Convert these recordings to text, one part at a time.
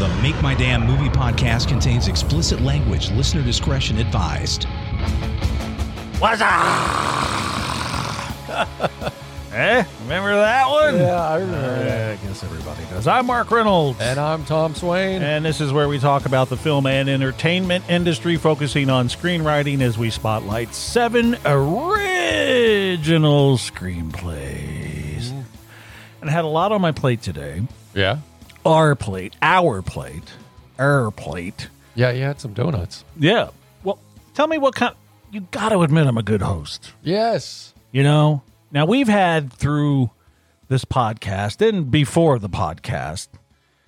The Make My Damn Movie podcast contains explicit language. Listener discretion advised. What's up? eh? Remember that one? Yeah, I remember. Yeah, I that. guess everybody does. I'm Mark Reynolds. And I'm Tom Swain. And this is where we talk about the film and entertainment industry, focusing on screenwriting as we spotlight seven original screenplays. And I had a lot on my plate today. yeah, Our plate, our plate, our plate. yeah, you had some donuts. Yeah. Well, tell me what kind. You got to admit, I'm a good host. Yes, You know, now we've had through this podcast and before the podcast,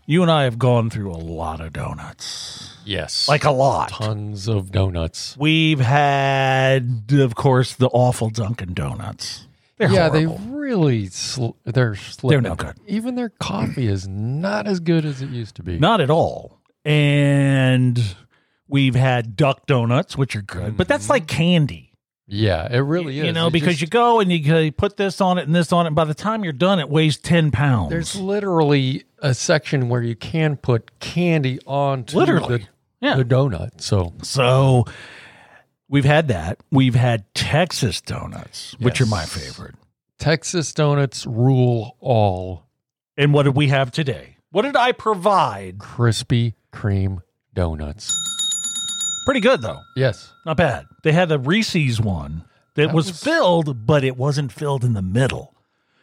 you and I have gone through a lot of donuts. yes, Like a lot. tons of donuts. We've had, of course, the awful Dunkin' Donuts. They're yeah, horrible. they really sl- they're slipping. no good. Even their coffee is not as good as it used to be. Not at all. And we've had duck donuts, which are good, but that's like candy. Mm-hmm. yeah, it really is. You know, because you go and you, you put this on it and this on it. And by the time you're done, it weighs 10 pounds. there's literally a section where you can put candy onto Literally. the, Yeah. the donut. So So we've had that. We've had Texas donuts, which are Yes. my favorite. Texas donuts rule all And what did we have today? What did I provide? Krispy Kreme donuts. Pretty good though. Yes. Not bad. They had the Reese's one that, That was, was- filled, but it wasn't filled in the middle.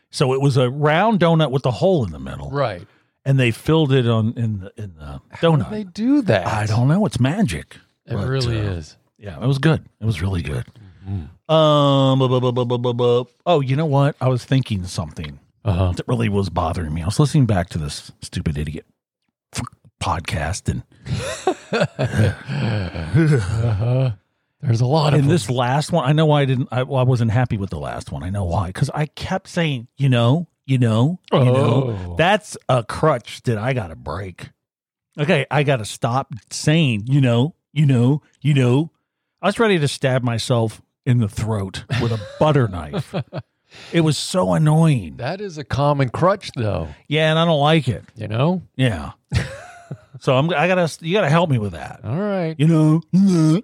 So it was a round donut with a hole in the middle, Right. and they filled it on in the in the donut. They do that. I don't know. It's magic. It But, really uh, is. Yeah, it was good. It was really good. Mm-hmm. Um, bu- bu- bu- bu- bu- bu- bu- oh, you know what? I was thinking something. Uh-huh. that really was bothering me. I was listening back to this stupid idiot f- podcast, and uh-huh. There's a lot of and them. this last one, I know why I didn't. I, well, I wasn't happy with the last one. I know why because I kept saying, you know, you know, you know. Oh. That's a crutch that I got to break. Okay, I got to stop saying, you know, you know, you know. I was ready to stab myself in the throat with a butter knife. It was so annoying. that is a common crutch, though. Yeah, and I don't like it. You know. Yeah. so I'm I gotta you gotta help me with that. All right. You know,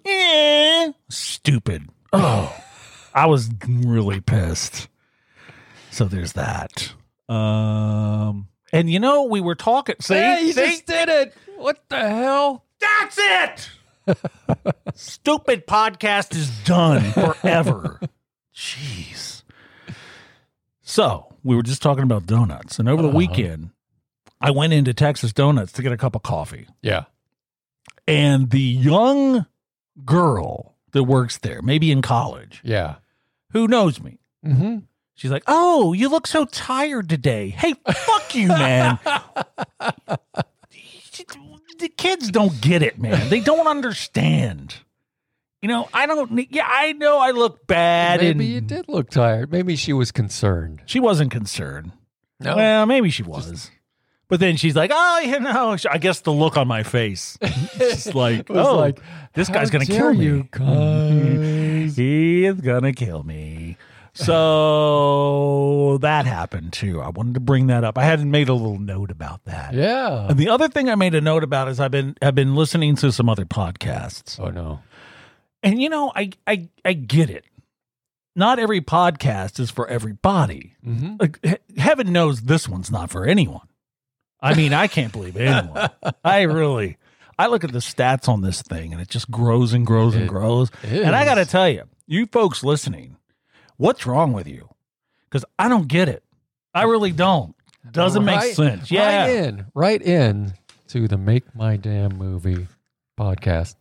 eh, stupid. Oh, I was really pissed. So there's that. Um, and you know we were talking. See, Hey, you See? just did it. What the hell? that's it. stupid podcast is done forever. Jeez. So we were just talking about donuts, and over the Uh-huh. weekend, I went into Texas Donuts to get a cup of coffee. Yeah. and the young girl that works there, maybe in college, Yeah. who knows me, Mm-hmm. she's like, "Oh, you look so tired today." Hey, fuck you, man. the kids don't get it, man. They don't understand. You know, I don't. need- Yeah, I know I look bad. Maybe and you did look tired. Maybe she was concerned. She wasn't concerned. No. Well, maybe she was. but then she's like, "Oh, you know." I guess the look on my face, it's like, It was "Oh, like, this guy's "How gonna kill dare me." you guys. He is gonna kill me. So that happened too. I wanted to bring that up. I hadn't made a little note about that. yeah. And the other thing I made a note about is I've been I've been listening to some other podcasts. Oh no. And you know, I I I get it. Not every podcast is for everybody. Mm-hmm. Like, he- heaven knows this one's not for anyone. I mean, I can't believe anyone. I really I look at the stats on this thing and it just grows and grows and It grows. And I got to tell you, you folks listening, what's wrong with you? Because I don't get it. I really don't. Doesn't make Right- sense. Yeah. Right in. Right in to the Make My Damn Movie podcast.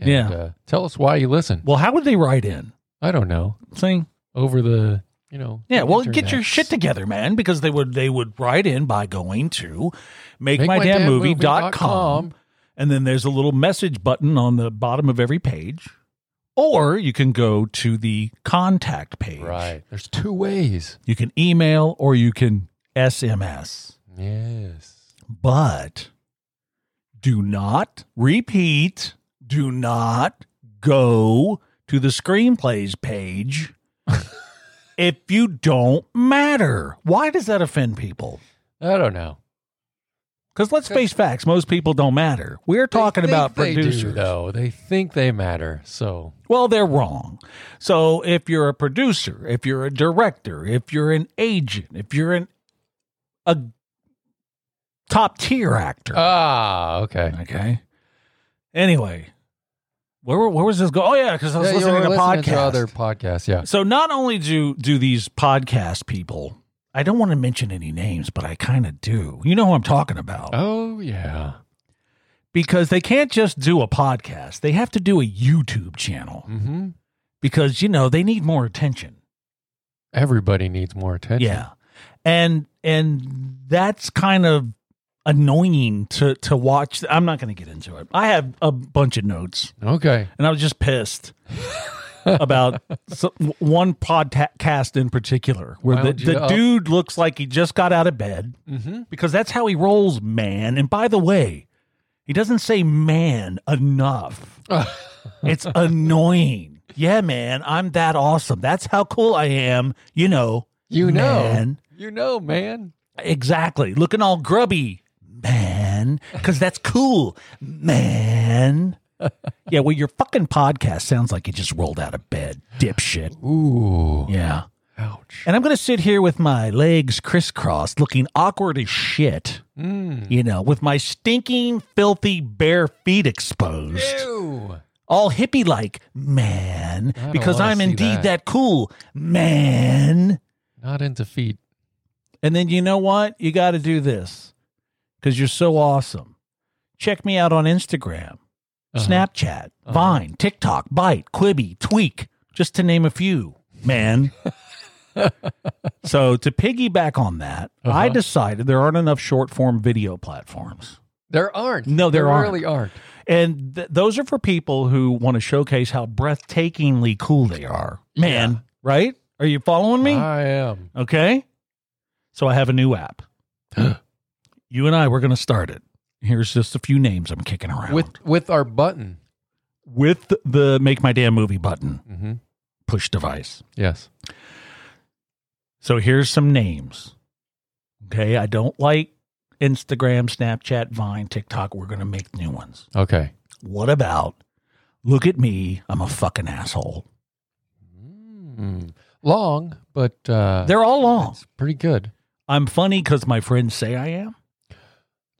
And, Yeah. Uh, tell us why you listen. Well, how would they write in? I don't know. Saying, Over the, you know. yeah, the well, get internet. your shit together, man, because they would they would write in by going to make, my, damn movie dot com, and then there's a little message button on the bottom of every page. Or you can go to the contact page. Right. There's two ways. You can email or you can SMS. Yes. but do not repeat, do not go to the screenplays page if you don't matter. Why does that offend people? I don't know. Because let's face facts, most people don't matter. We're talking They think about they do, producers. though. They think they matter. So Well, they're wrong. So if you're a producer, if you're a director, if you're an agent, if you're an a top tier actor, ah, okay. okay. Anyway, where were- where was this going? Oh yeah, because I was Yeah, you listening were to listening podcasts. to other podcasts. Yeah. So not only do do these podcast people, I don't want to mention any names, but I kind of do. You know who I'm talking about Oh yeah. because they can't just do a podcast; they have to do a YouTube channel Mm-hmm. because you know they need more attention. Everybody needs more attention. Yeah. And and that's kind of annoying to to watch. I'm not going to get into it. I have a bunch of notes Okay. and I was just pissed about so, one podcast in particular where the, Wound you the up. dude looks like he just got out of bed Mm-hmm. because that's how he rolls, man. And by the way, he doesn't say man enough. It's annoying. Yeah, man, I'm that awesome. That's how cool I am, you know. you know. man. You know, man. Exactly. Looking all grubby, man, because that's cool, man. yeah, well, your fucking podcast sounds like you just rolled out of bed, dipshit. Ooh. Yeah. Ouch. And I'm going to sit here with my legs crisscrossed, looking awkward as shit, Mm. you know, with my stinking, filthy, bare feet exposed, Ew. all hippie like, man, I don't because wanna I'm see indeed that. that cool, man. Not into feet. And then you know what? You got to do this because you're so awesome. Check me out on Instagram, Uh-huh. Snapchat, Uh-huh. Vine, TikTok, Bite, Quibi, Tweak, just to name a few, man. so to piggyback on that, I Uh-huh. decided there aren't enough short form video platforms. There aren't. No, there aren't. really aren't. And th- those are for people who want to showcase how breathtakingly cool they are. Man, Yeah. right? Are you following me? I am. Okay. So I have a new app. you and I, we're going to start it. Here's just a few names I'm kicking around With with our button. with the make my damn movie button Mm-hmm. push device. Yes. So here's some names. Okay. I don't like Instagram, Snapchat, Vine, TikTok. We're going to make new ones. Okay. What about look at me? I'm a fucking asshole. Mm. Long, but uh, They're all long. it's pretty good. I'm funny because my friends say I am.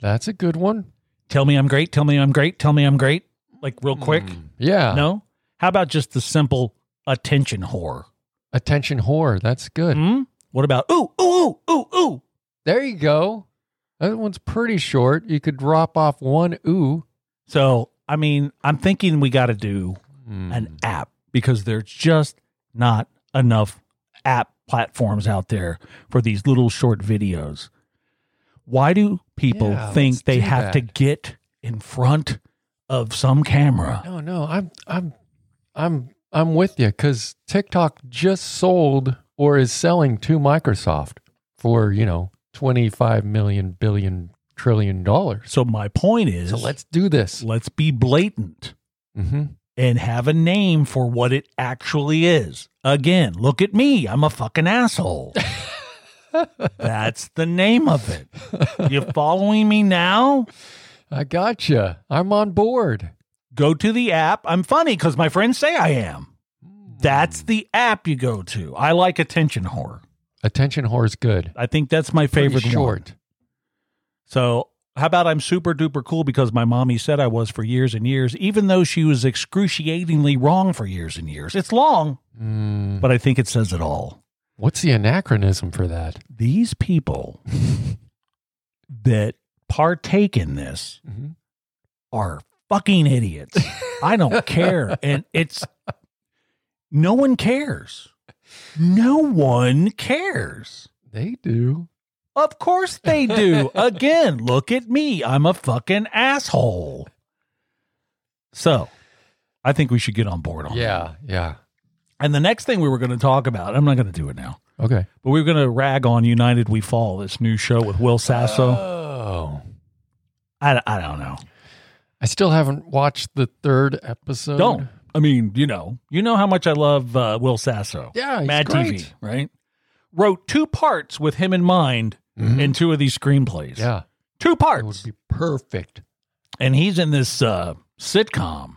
That's a good one. Tell me I'm great. Tell me I'm great. Tell me I'm great. Like real quick. Mm. Yeah. No? How about just the simple attention whore? Attention whore. That's good. Hmm? What about ooh, ooh, ooh, ooh, ooh? There you go. That one's pretty short. You could drop off one ooh. So, I mean, I'm thinking we got to do Mm. an app because there's just not enough app platforms out there for these little short videos. Why do people Yeah, think let's they do have to that. get in front of some camera? No, no, I'm, I'm, I'm, I'm with you because TikTok just sold or is selling to Microsoft for you know twenty five million billion trillion dollars. So my point is So let's do this. let's be blatant. Mm-hmm. and have a name for what it actually is. Again, look at me. I'm a fucking asshole. That's the name of it. You following me now? I gotcha. I'm on board. Go to the app. I'm funny because my friends say I am. That's the app you go to. I like attention whore. Attention whore is good. I think that's my Pretty favorite one. short. So, how about I'm super duper cool because my mommy said I was for years and years, even though she was excruciatingly wrong for years and years. It's long, Mm. but I think it says it all. What's the anachronism for that? these people that partake in this Mhm. are fucking idiots. I don't care. And it's no one cares. No one cares. They do. Of course they do. Again, look at me. I'm a fucking asshole. So I think we should get on board on that. Yeah. Yeah. And the next thing we were going to talk about, I'm not going to do it now, Okay. but we were going to rag on United We Fall, this new show with Will Sasso. Oh. I, I don't know. I still haven't watched the third episode. Don't. I mean, you know, you know how much I love uh, Will Sasso. Yeah. He's Mad great. TV, right? Wrote two parts with him in mind Mhm. in two of these screenplays. Yeah. Two It would parts. be perfect. and he's in this uh, sitcom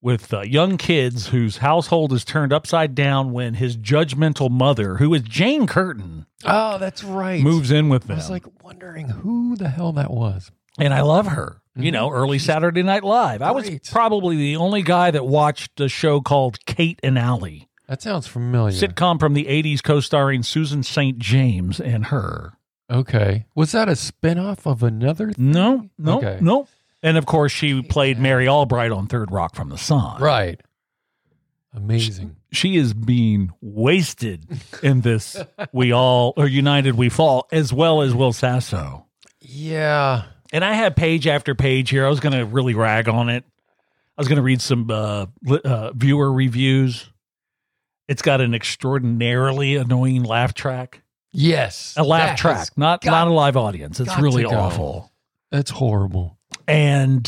with uh, young kids whose household is turned upside down when his judgmental mother, who is Jane Curtin, Oh, that's right. moves in with I them. was like wondering who the hell that was. and I love her. You know, early Saturday Night Live. I was Mm-hmm. great. probably the only guy that watched a show called Kate and Allie, That sounds familiar. sitcom from the 80s co starring Susan St. James and her. okay. Was that a spinoff of another? Th- No, no, Okay. no. And of course, she played Mary Albright on Third Rock from the Sun. right. Amazing. she is being wasted in this we all are united we fall as well as will sasso Yeah. and i had page after page here i was going to really rag on it i was going to read some uh, li- uh, viewer reviews it's got an extraordinarily annoying laugh track Yes. a laugh That track is- not got- not a live audience it's got really to go. awful That's horrible. and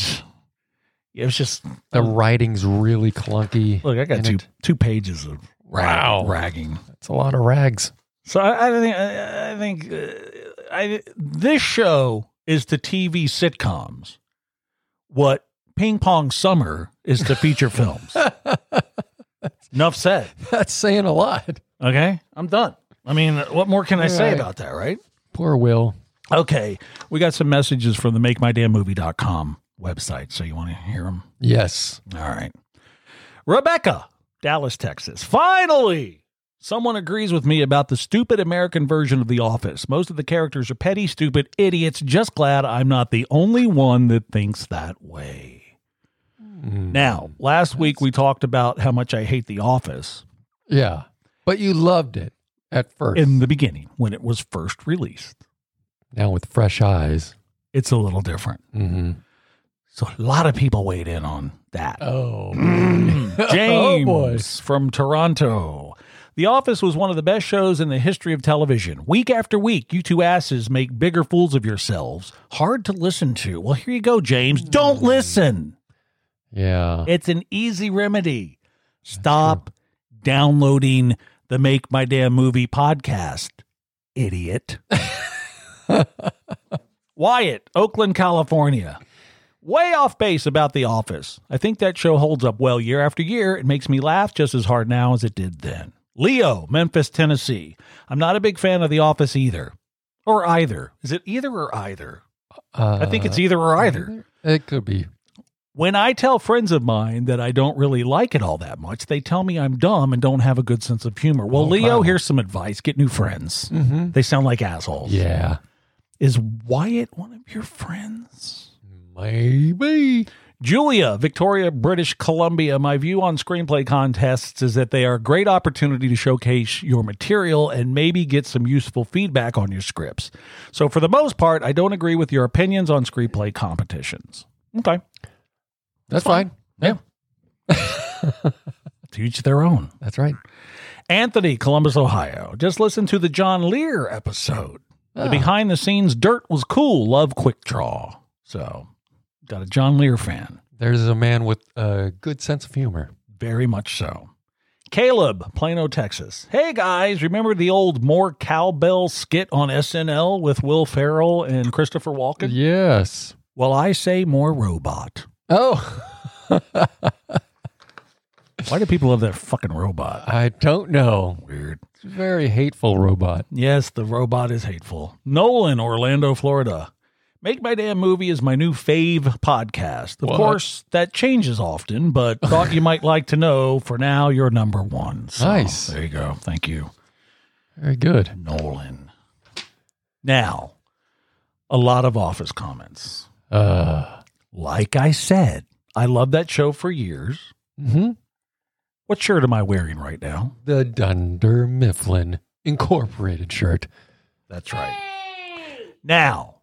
it was just The writing's really clunky. look i got in two it. two pages of rag, Wow. ragging That's a lot of rags. So I, I think I, I think uh, I this show is to TV sitcoms what Ping Pong Summer is to feature films. Enough said. That's saying a lot. Okay, I'm done. I mean, what more can I say Right. about that, right? Poor Will. Okay, we got some messages from the MakeMyDamnMovie.com website. So you want to hear them? Yes. All right. Rebecca, Dallas, Texas. Finally, someone agrees with me about the stupid American version of The Office. Most of the characters are petty, stupid idiots. Just glad I'm not the only one that thinks that way. Mm. Now, last week we talked about how much I hate The Office Yeah. But you loved it at first. in the beginning when it was first released. now with fresh eyes. It's a little different. Mm-hmm. So, a lot of people weighed in on that. Oh. Oh, Hmm. James boy. from Toronto. The Office was one of the best shows in the history of television. Week after week, you two asses make bigger fools of yourselves. Hard to listen to. Well, here you go, James. Don't listen. Yeah. It's an easy remedy. Stop downloading the Make My Damn Movie podcast, idiot. Wyatt, Oakland, California. Way off base about The Office. I think that show holds up well year after year. It makes me laugh just as hard now as it did then. Leo, Memphis, Tennessee. I'm not a big fan of The Office either. Or either. Is it either or either? Uh, I think it's either or either. It could be. When I tell friends of mine that I don't really like it all that much, they tell me I'm dumb and don't have a good sense of humor. Well, Oh, Leo, wow. here's some advice get new friends. Mm-hmm. They sound like assholes. Yeah. Is Wyatt one of your friends? Maybe. Julia, Victoria, British Columbia. My view on screenplay contests is that they are a great opportunity to showcase your material and maybe get some useful feedback on your scripts. So, for the most part, I don't agree with your opinions on screenplay competitions. Okay. That's fine. Yeah. To each their own. That's right. Anthony, Columbus, Ohio. Just listen to the John Lear episode. The Ah. behind the scenes dirt was cool. Love Quick Draw. So, got a John Lear fan. There's a man with a good sense of humor. Very much so. Caleb, Plano, Texas. Hey guys, remember the old more cowbell skit on SNL with Will Ferrell and Christopher Walken? Yes. Well, I say more robot. Oh, Why do people love that fucking robot? I don't know. Weird. It's a very hateful robot. Yes, the robot is hateful. Nolan, Orlando, Florida. Make My Damn Movie is my new fave podcast. Of What? course, that changes often, but thought you might like to know. For now, you're number one. So, Nice. There you go. Thank you, Very good. Nolan. Now, a lot of office comments. Uh, Like I said, I love that show for years. mhm. What shirt am I wearing right now? The Dunder Mifflin Incorporated shirt. That's right. Now,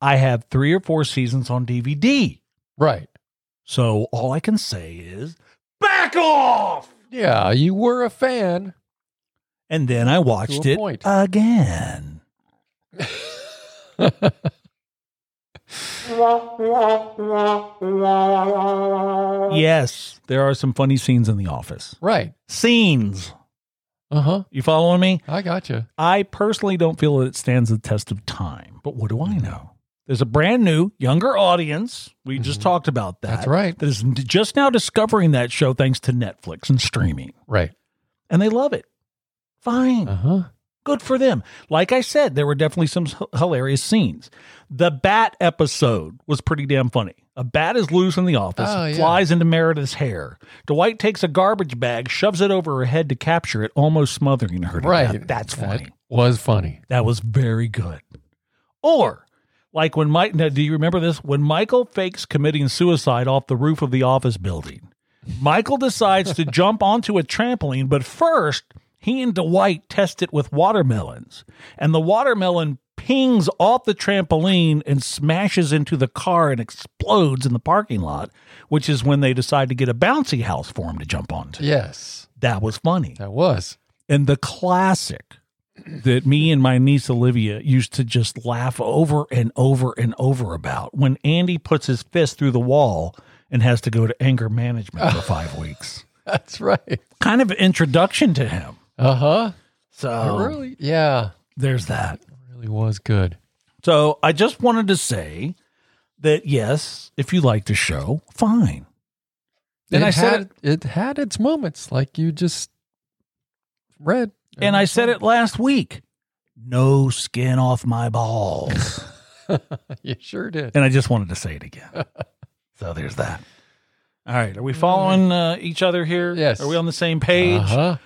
I have three or four seasons on DVD. Right. So all I can say is, back off! Yeah, you were a fan. And then I watched To a it point. again. yes, there are some funny scenes in The Office. Right. Scenes. Uh huh. You following me? I got you. I personally don't feel that it stands the test of time, but what do I Mm-hmm. know? There's a brand new, younger audience. We just talked about that. Mm-hmm. That's right. That is just now discovering that show thanks to Netflix and streaming, Right. and they love it. Fine. Uh huh. Good for them. Like I said, there were definitely some h- hilarious scenes. The bat episode was pretty damn funny. A bat is loose in the office, Oh, yeah. flies into Meredith's hair. Dwight takes a garbage bag, shoves it over her head to capture it, almost smothering her. to Right. death. That's That funny. was funny. That was very good. Or, like when Mike, now, do you remember this? When Michael fakes committing suicide off the roof of the office building, Michael decides to jump onto a trampoline, but first, he and Dwight test it with watermelons, and the watermelon pings off the trampoline and smashes into the car and explodes in the parking lot, which is when they decide to get a bouncy house for him to jump onto. Yes. That was funny That was. and the classic that me and my niece Olivia used to just laugh over and over and over about when Andy puts his fist through the wall and has to go to anger management for five weeks. That's right. Kind of introduction to him. Uh huh. So really? Yeah. there's that. Really was good. So I just wanted to say that yes, if you like the show, fine. And it I said had, it had its moments, like you just read. And I said it last week. No skin off my balls. You sure did. and I just wanted to say it again. so there's that. All right, are we following uh, each other here? Yes. Are we on the same page? Uh-huh.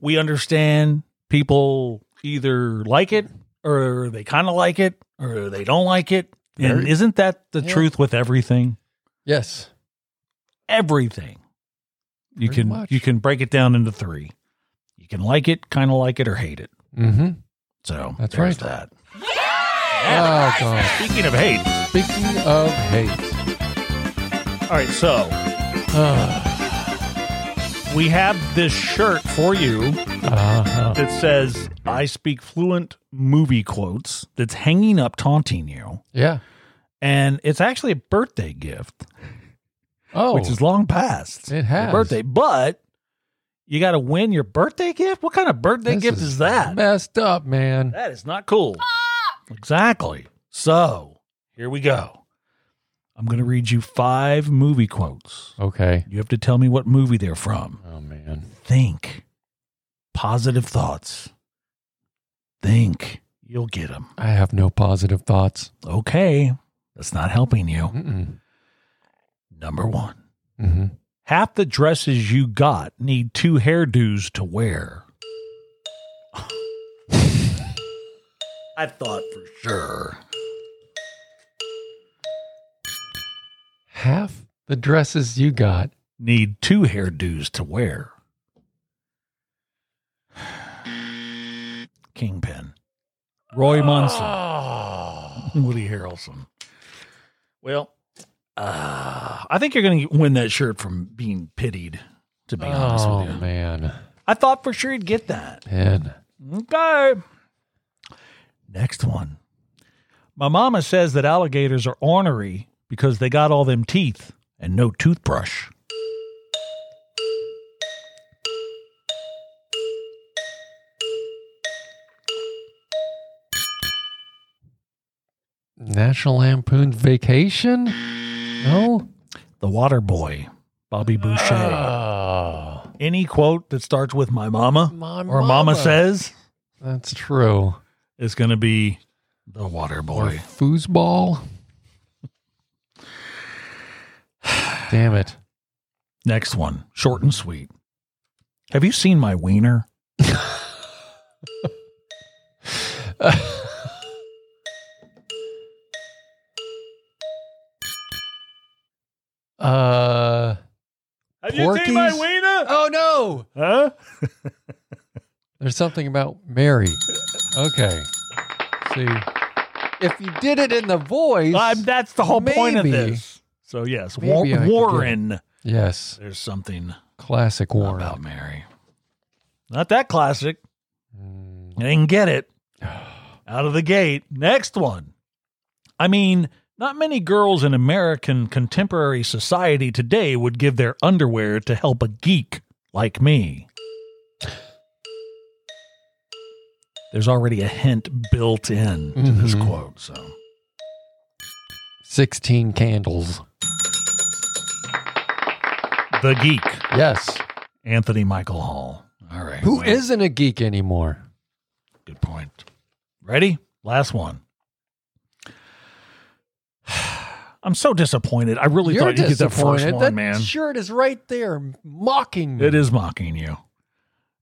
We understand people either like it or they kind of like it or they don't like it. And Very- isn't that the Yeah. truth with everything? Yes. Everything. You Pretty can much. you can break it down into 3. You can like it, kind of like it or hate it. Mm-hmm. So That's there's right. that. Oh, God. Speaking of hate. Speaking of All hate. right, so Uh, we have this shirt for you uh-huh. that says I speak fluent movie quotes that's hanging up taunting you. Yeah. And it's actually a birthday gift, Oh. which is long past. It has. your birthday, but you got to win your birthday gift. What kind of birthday this gift is, that? Messed up, man. That is not cool. Exactly. So here we go. I'm going to read you five movie quotes. Okay. You have to tell me what movie they're from. Oh man. Think positive thoughts. Think you'll get them. I have no positive thoughts. okay, that's not helping you. Mm-mm. Number one, Mm-hmm. half the dresses you got need two hairdos to wear. I thought for sure. Half the dresses you got. Need two hairdos to wear. Kingpin. Roy Munson. Oh. Woody Harrelson. Ah. Well, uh, I think you're going to win that shirt from being pitied, to be honest with you. Oh, man. I thought for sure you'd get that. Man. Okay. Next one. My mama says that alligators are ornery because they got all them teeth and no toothbrush. National Lampoon's Vacation? No. The water boy, Bobby Boucher. Oh. Any quote that starts with my mama My or mama says That's true. is going to be the water Or boy. foosball. Damn it. Next one, short and sweet. Have you seen my wiener? Uh Have Porky's? wiener? Oh no. Huh? There's something about Mary. Okay. See. If you did it in the voice. Um, that's the whole point of Maybe. this. So yes, Maybe Wa- I could do it. Warren. yes. There's something Classic Warren. about Mary. Not that classic. Mm. I didn't get it. Out of the gate. Next one. I mean, not many girls in American contemporary society today would give their underwear to help a geek like me. there's already a hint built in to this Mhm. quote. So 16 candles. the geek, Yes. Anthony Michael Hall. All right. Who well, isn't a geek anymore? Good point. Ready? Last one. I'm so disappointed. I really You're thought you'd get the first disappointed. one, that man. shirt is right there mocking me. It is mocking you.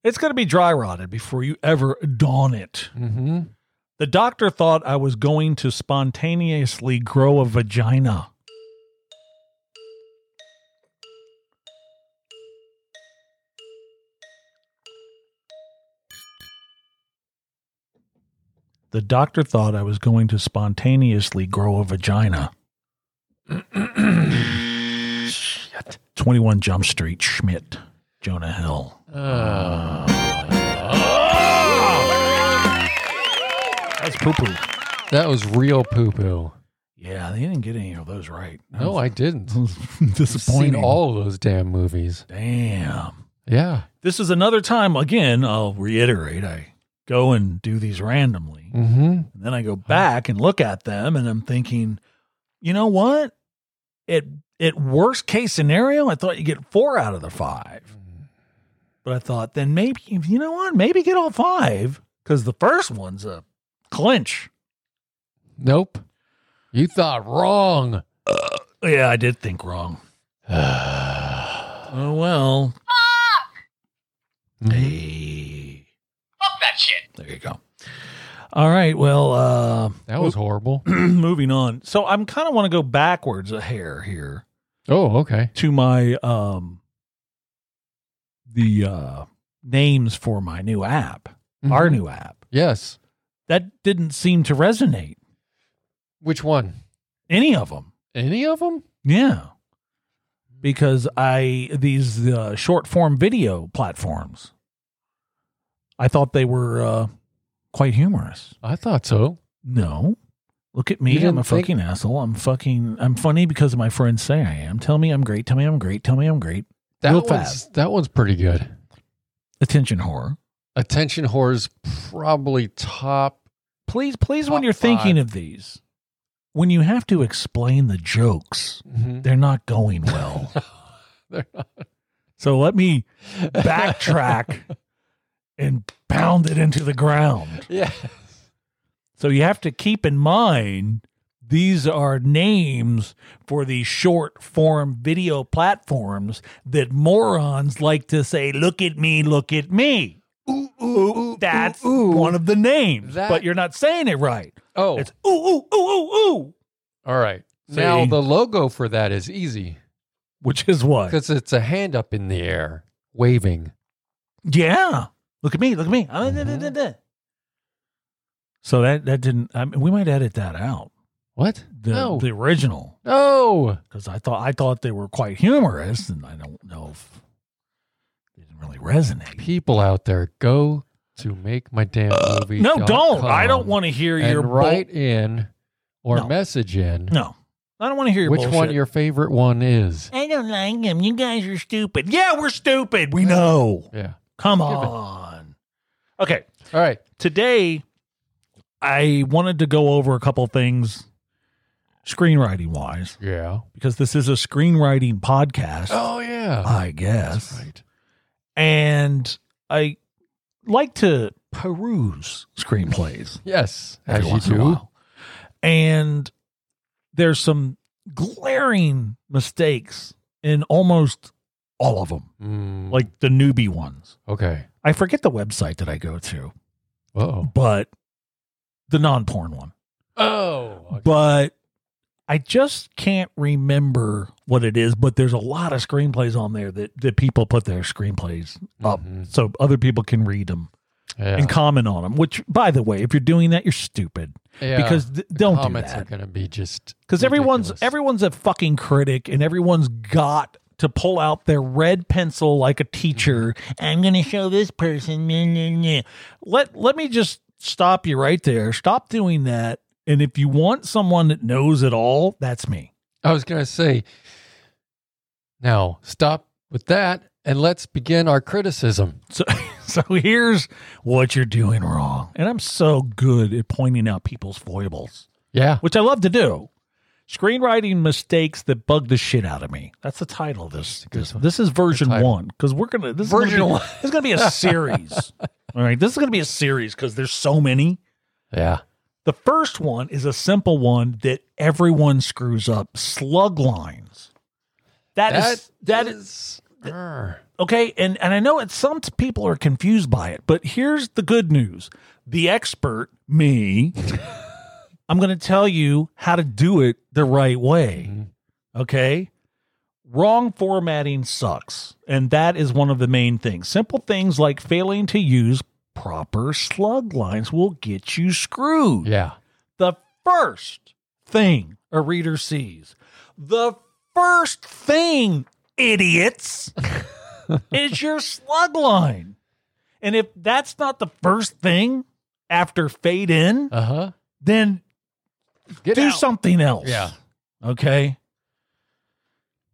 It's going to be dry rotted before you ever don it. Mm-hmm. The doctor thought I was going to spontaneously grow a vagina. The doctor thought I was going to spontaneously grow a vagina. 21 Jump Street, Schmidt, Jonah Hill. Ah. That's poo poo. that was real poo poo. Yeah, they didn't get any of those right. No, I didn't. I've disappointing. seen all of those damn movies. Damn. Yeah. This is another time. Again, I'll reiterate. I go and do these randomly, Mm-hmm. and then I go back and look at them, and I'm thinking, you know what? At at worst case scenario, I thought you get four out of the five, but I thought then maybe you know what? Maybe get all five because the first one's a clinch. Nope. You thought wrong. Yeah, I did think wrong. Oh well. Mhm. Hey. Fuck that shit. There you go. All right. Well, uh, That was horrible. moving on. So I'm kind of want to go backwards a hair here Oh, okay. to my um the uh names for my new app, our Mhm. new app. Yes. That didn't seem to resonate Which one? any of them. Any of them? Yeah. Because I these uh, short form video platforms I thought they were uh quite humorous. I thought so. No. Look at You me. I'm didn't a think- fucking asshole. I'm fucking. I'm funny because my friends say I am. Tell me I'm great. Tell me I'm great. Tell me I'm great. That Real one's fast. that one's pretty good. Attention horror. Attention whores probably top. Please, please, when Top you're thinking five. of these, when you have to explain the jokes, Mm-hmm. they're not going well. They're not- so let me backtrack and pound it into the ground. yeah. So you have to keep in mind these are names for these short form video platforms that morons like to say, look at me, look at me. Ooh, ooh, ooh. That's ooh, ooh. one of the names, That- but you're not saying it right. Oh, It's ooh, oow ooh, ooh, ooh, all right. See? Now the logo for that is easy which is what? because it's a hand up in the air waving. Yeah. Look at me, look at me. I'm- Mhm. da- da- da. So that, that didn't, I mean, we might edit that out. What? The, no. the original. no. because I thought I thought they were quite humorous, and I don't know if they didn't really resonate. People out there, go to make my damn movie. Uh, No, don't. I don't want to hear your And bull- write in or No. message in no, I don't want to hear your which one bullshit. your favorite one is. I don't like them. You guys are stupid. Yeah, we're stupid. We know. Yeah. Come Give it. on. Okay, All right. today I wanted to go over a couple things screenwriting wise Yeah. because this is a screenwriting podcast. Oh yeah. I That's guess. right. and I like to peruse screenplays Yes, every as you once in a do. while. And there's some glaring mistakes in almost all of them, Mm, like the newbie ones. okay. I forget the website that I go to, Oh. but the non porn one. Oh. But I just can't remember what it is, but there's a lot of screenplays on there that, that people put their screenplays up Mhm. so other people can read them. Yeah. and comment on them. Which, by the way, if you're doing that, you're stupid Yeah. because th- don't do comments are that. going to be just Because everyone's ridiculous. everyone's a fucking critic, and everyone's got to pull out their red pencil like a teacher. Mm-hmm. I'm going to show this person. meh, meh, meh." Let let me just stop you right there. Stop doing that. And if you want someone that knows it all, that's me. I was going to say. Now stop with that and let's begin our criticism. So, so here's what you're doing wrong. And I'm so good at pointing out people's foibles, Yeah. which I love to do. Screenwriting mistakes that bug the shit out of me. That's the title of this. This, this is version title. one because we're gonna this Version is gonna be, one. This is gonna be a series. All right, this is gonna be a series because there's so many. Yeah. The first one is a simple one that everyone screws up: slug lines. that is that is Err. okay and and i know it some people are confused by it but here's the good news the expert me i'm going to tell you how to do it the right way Mhm. okay wrong formatting sucks and that is one of the main things simple things like failing to use proper slug lines will get you screwed Yeah. the first thing a reader sees. The first thing, idiots, is your slug line. And if that's not the first thing after fade in, Uh huh. then Get do out. something else. Yeah. Okay.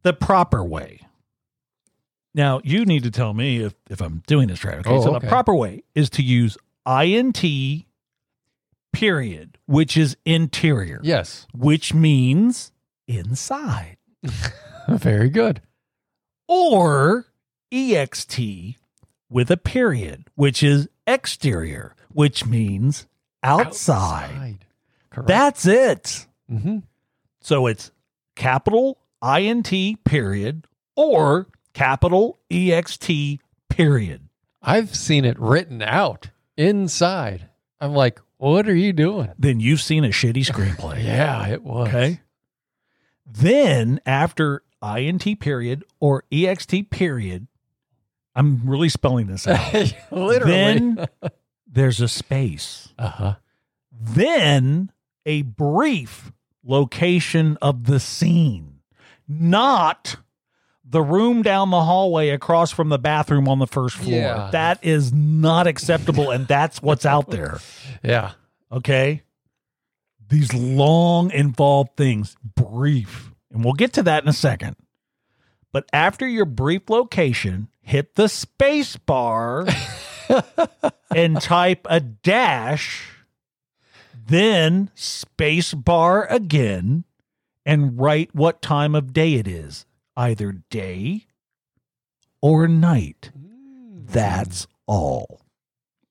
The proper way. Now you need to tell me if, if I'm doing this right. Okay. Oh, so okay. the proper way is to use INT period, which is interior Yes. which means inside, Very good. or EXT with a period, which is exterior, which means outside. Correct. That's it. Mhm. So it's capital INT period or capital EXT period. I've seen it written out inside. I'm like, what are you doing? Then you've seen a shitty screenplay. Yeah, it was. Okay. Then after INT period or EXT period, I'm really spelling this out. Literally. Then there's a space. uh huh. Then a brief location of the scene, not the room down the hallway across from the bathroom on the first floor. Yeah. That is not acceptable. and that's what's out there. Yeah. Okay. These long, involved things, brief. And we'll get to that in a second. But after your brief location, hit the space bar and type a dash, then space bar again, and write what time of day it is either day or night. That's all.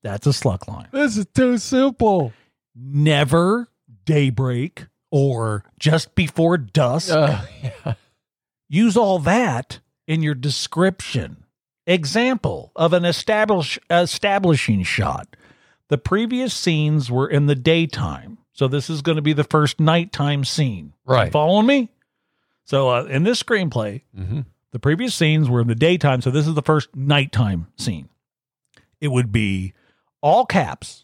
That's a slug line This is too simple. never daybreak or just before dusk. Uh, yeah. Use all that in your description. Example of an establish, establishing shot. The previous scenes were in the daytime. So this is going to be the first nighttime scene. Right. Following me? So uh, in this screenplay, Mm-hmm. the previous scenes were in the daytime, so this is the first nighttime scene. It would be all caps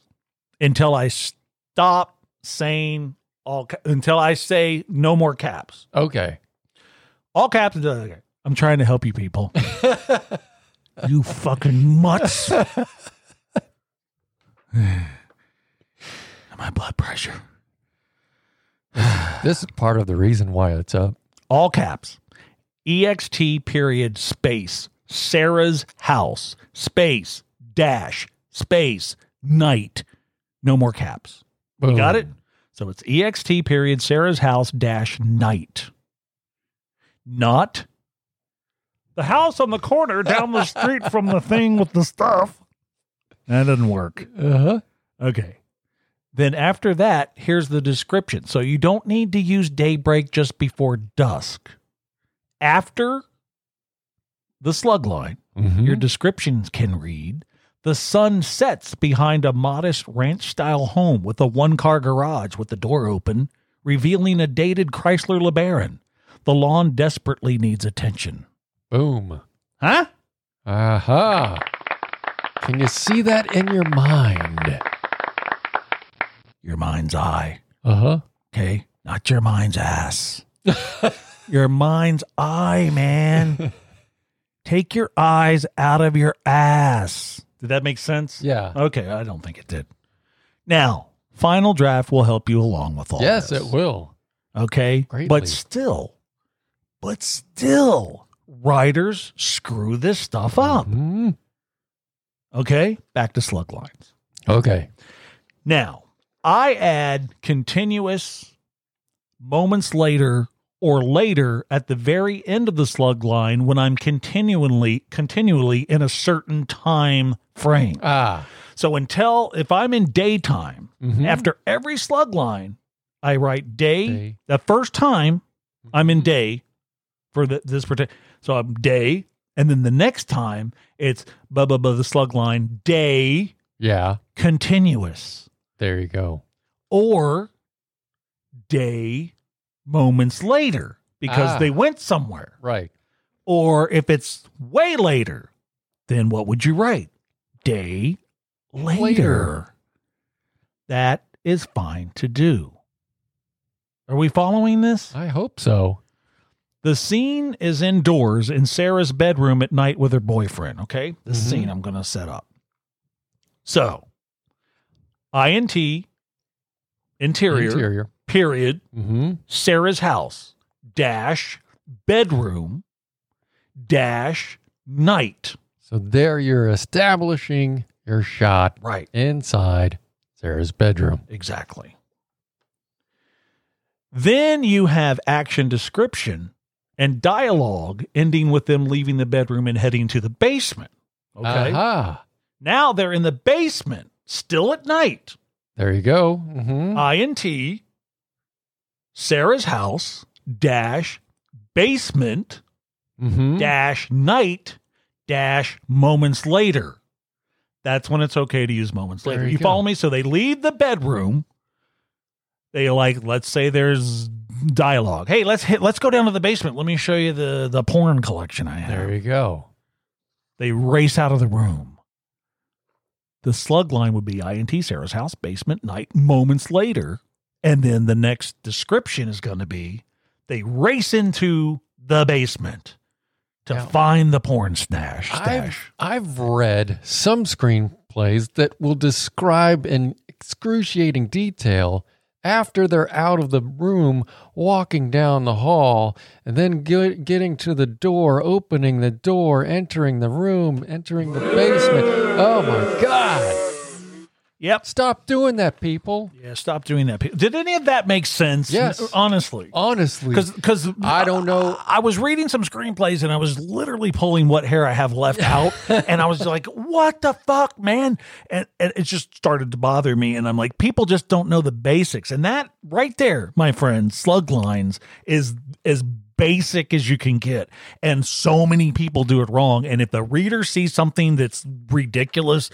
until I stop saying all ca- until I say no more caps. Okay. All caps. until- okay. I'm trying to help you people. you fucking mutts. My blood pressure. This is part of the reason why it's up. all caps ext period space sarah's house space dash space night no more caps Boom. got it so it's ext period sarah's house dash night not the house on the corner down the street from the thing with the stuff that doesn't work Uh huh. Okay. Uh-huh. Then after that, here's the description. So you don't need to use daybreak just before dusk. After the slug line, Mm-hmm. your descriptions can read The sun sets behind a modest ranch style home with a one car garage with the door open, revealing a dated Chrysler LeBaron. The lawn desperately needs attention. Boom. Huh? Aha. Can you see that in your mind? Your mind's eye. Uh huh. Okay. Not your mind's ass. your mind's eye, man. Take your eyes out of your ass. Did that make sense? Yeah. Okay. I don't think it did. Now, final draft will help you along with all yes, this. it will. Okay. Greatly. But still, but still, writers screw this stuff up. Mm. Okay, back to slug lines. Okay. Now, I add continuous moments later or later at the very end of the slug line when I'm continually continually in a certain time frame. Ah. So until if I'm in daytime, Mhm. after every slug line, I write day, Day. Mm-hmm. the first time I'm in day for the, this particular. So I'm day, and then the next time it's blah blah blah the slug line day Yeah. continuous There you go. or day moments later because Ah. they went somewhere. Right. Or if it's way later, then what would you write? Day later. Later. That is fine to do. Are we following this? I hope so. The scene is indoors in Sarah's bedroom at night with her boyfriend. Okay. This Mhm. scene I'm going to set up. So, INT, interior, Interior. period, Mm-hmm. Sarah's house dash bedroom dash night. So there you're establishing your shot Right. inside Sarah's bedroom. Exactly. Then you have action description and dialogue ending with them leaving the bedroom and heading to the basement. Okay. Aha. Now they're in the basement, still at night. There you go. hmm Uh, INT, Sarah's house dash basement hmm dash night dash moments later. That's when it's okay to use moments There later. you You follow go. me? So they leave the bedroom. They like, let's say there's dialogue. Hey, let's hit let's go down to the basement. Let me show you the the porn collection I have. There you go. They race out of the room. The slug line would be INT Sarah's house, basement, night, moments later. And then the next description is going to be they race into the basement to Yeah. find the porn stash. I've, stash. I've read some screenplays that will describe in excruciating detail after they're out of the room, walking down the hall, and then get, getting to the door, opening the door, entering the room, entering the basement. Oh my God. Yep. Stop doing that, people. Yeah, stop doing that. Did any of that make sense? Yes. Honestly. Honestly. Because because I don't know. I, was reading some screenplays and I was literally pulling what hair I have left out, and I was like, "What the fuck, man!" And, and it just started to bother me, and I'm like, people just don't know the basics, and that right there, my friend, slug lines is as basic as you can get and so many people do it wrong and if the reader sees something that's ridiculous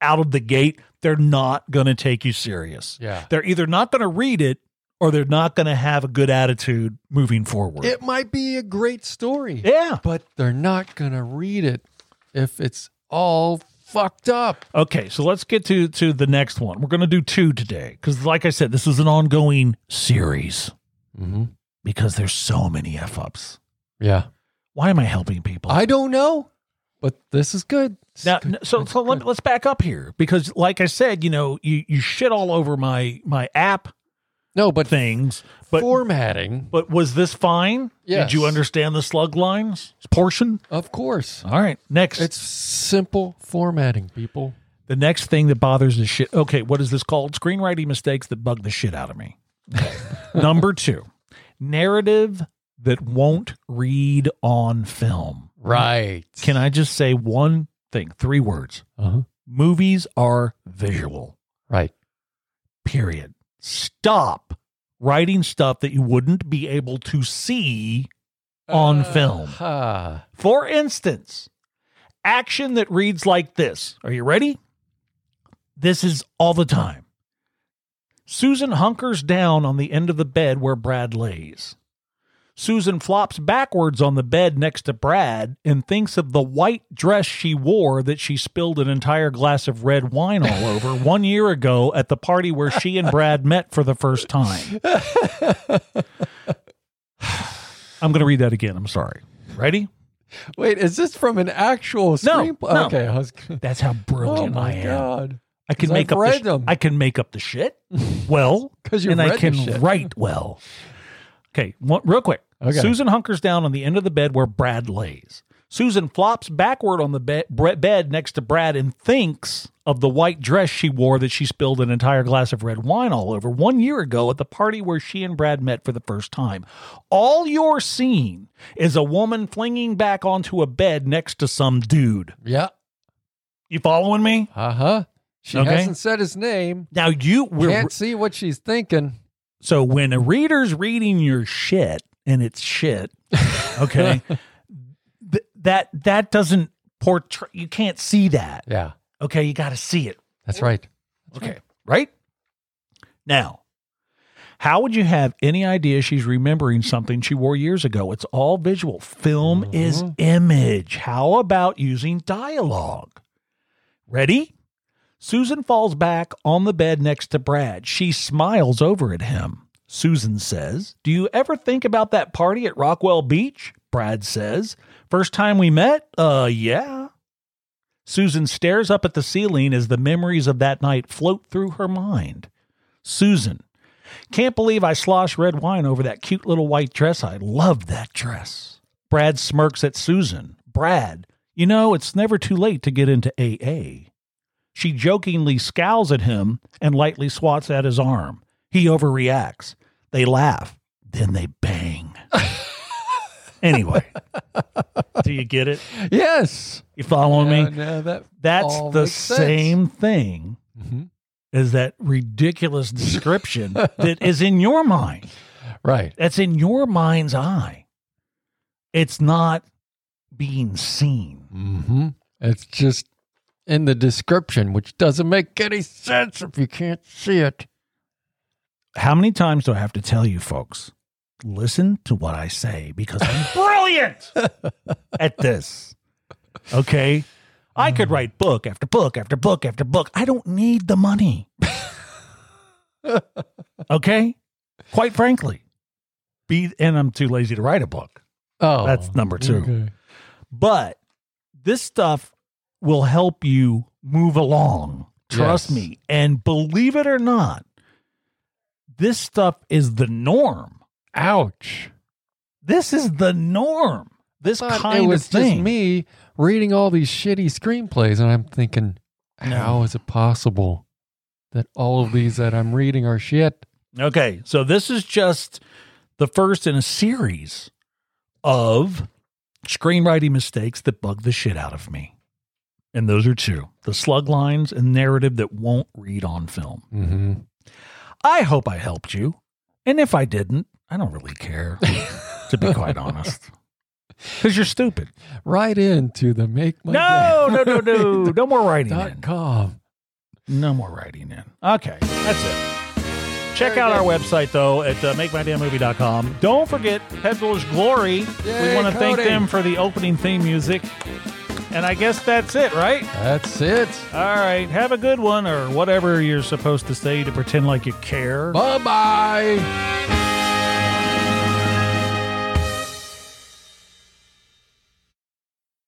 out of the gate they're not going to take you serious Yeah. they're either not going to read it or they're not going to have a good attitude moving forward. It might be a great story, yeah. but they're not going to read it if it's all fucked up. Okay, so let's get to to the next one. We're going to do two today cuz like I said this is an ongoing series Mm-hmm. because there's so many f-ups. Yeah. Why am I helping people? I don't know, but this is good. This is now, good. n- so This is so let, good. let's back up here because like I said, you know, you you shit all over my my app no, but things, but formatting, but was this fine? Did you Yes. understand the slug lines portion? of course, All right, next. it's simple formatting, people. The next thing that bothers the shit. Okay, what is this called? Screenwriting mistakes that bug the shit out of me. Number two, narrative that won't read on film. Right? Can I just say one thing? Three words. Uh-huh. Movies are visual, Right. period. Stop writing stuff that you wouldn't be able to see on Uh, film. Ah, For instance, action that reads like this. Are you ready? This is all the time. Susan hunkers down on the end of the bed where Brad lays. Susan flops backwards on the bed next to Brad and thinks of the white dress she wore that she spilled an entire glass of red wine all over one year ago at the party where she and Brad met for the first time. I'm going to read that again. I'm sorry. Ready? wait, is this from an actual screenplay? no. Okay, I was, That's how oh brilliant I my am. god, I can 'Cause make up I've the read sh- them. I can make up the shit well 'Cause you and I read the can shit. write well. Okay, one, real quick. Okay. Susan hunkers down on the end of the bed where Brad lays. Susan flops backward on the be- bre- bed next to Brad and thinks of the white dress she wore that she spilled an entire glass of red wine all over one year ago at the party where she and Brad met for the first time. All you're seeing is a woman flinging back onto a bed next to some dude. Yeah. You following me? Uh huh. She Okay. hasn't said his name. Now you we're Can't see what she's thinking. So when a reader's reading your shit and it's shit, okay, th- that that doesn't portray. You can't see that. Yeah. Okay, you got to see it. That's right. Okay, right now. How would you have any idea she's remembering something she wore years ago? It's all visual. Film is Mhm. image. How about using dialogue? Ready? Susan falls back on the bed next to Brad. She smiles over at him. Susan says, Do you ever think about that party at Rockwell Beach? Brad says, First time we met? Uh, yeah. Susan stares up at the ceiling as the memories of that night float through her mind. Susan, can't believe I sloshed red wine over that cute little white dress. I love that dress. Brad smirks at Susan. Brad, you know, it's never too late to get into AA. She jokingly scowls at him and lightly swats at his arm. He overreacts. They laugh. Then they bang. anyway, do you get it? Yes. You following Yeah, me? no, that That's all the makes sense. same thing Mhm. as that ridiculous description that is in your mind. Right. That's in your mind's eye. It's not being seen. Mm-hmm. It's just in the description, which doesn't make any sense if you can't see it. How many times do I have to tell you folks? Listen to what I say because I'm brilliant at this. Okay? I could write book after book after book after book. I don't need the money. okay? Quite frankly. Be and I'm too lazy to write a book. Oh, That's number two. okay. But this stuff will help you move along. Trust Yes. me. And believe it or not, this stuff is the norm. Ouch! This is the norm. This Thought kind it was of thing. just me reading all these shitty screenplays, and I'm thinking, No. how is it possible that all of these that I'm reading are shit? Okay. So this is just the first in a series of screenwriting mistakes that bug the shit out of me. And those are two the slug lines and narrative that won't read on film. Mm-hmm. I hope I helped you. And if I didn't, I don't really care, to be quite honest. Because you're stupid. Right into the make my No, no, no, no. No more writing dot in. com. No more writing in. Okay, that's it. Check Very out good. our website, though, at uh, makemydamnmovie.com. Don't forget Peddler's Glory. we Yay, want to thank Cody. them for the opening theme music. And I guess that's it, right? That's it. All right, have a good one, or whatever you're supposed to say to pretend like you care. Bye bye.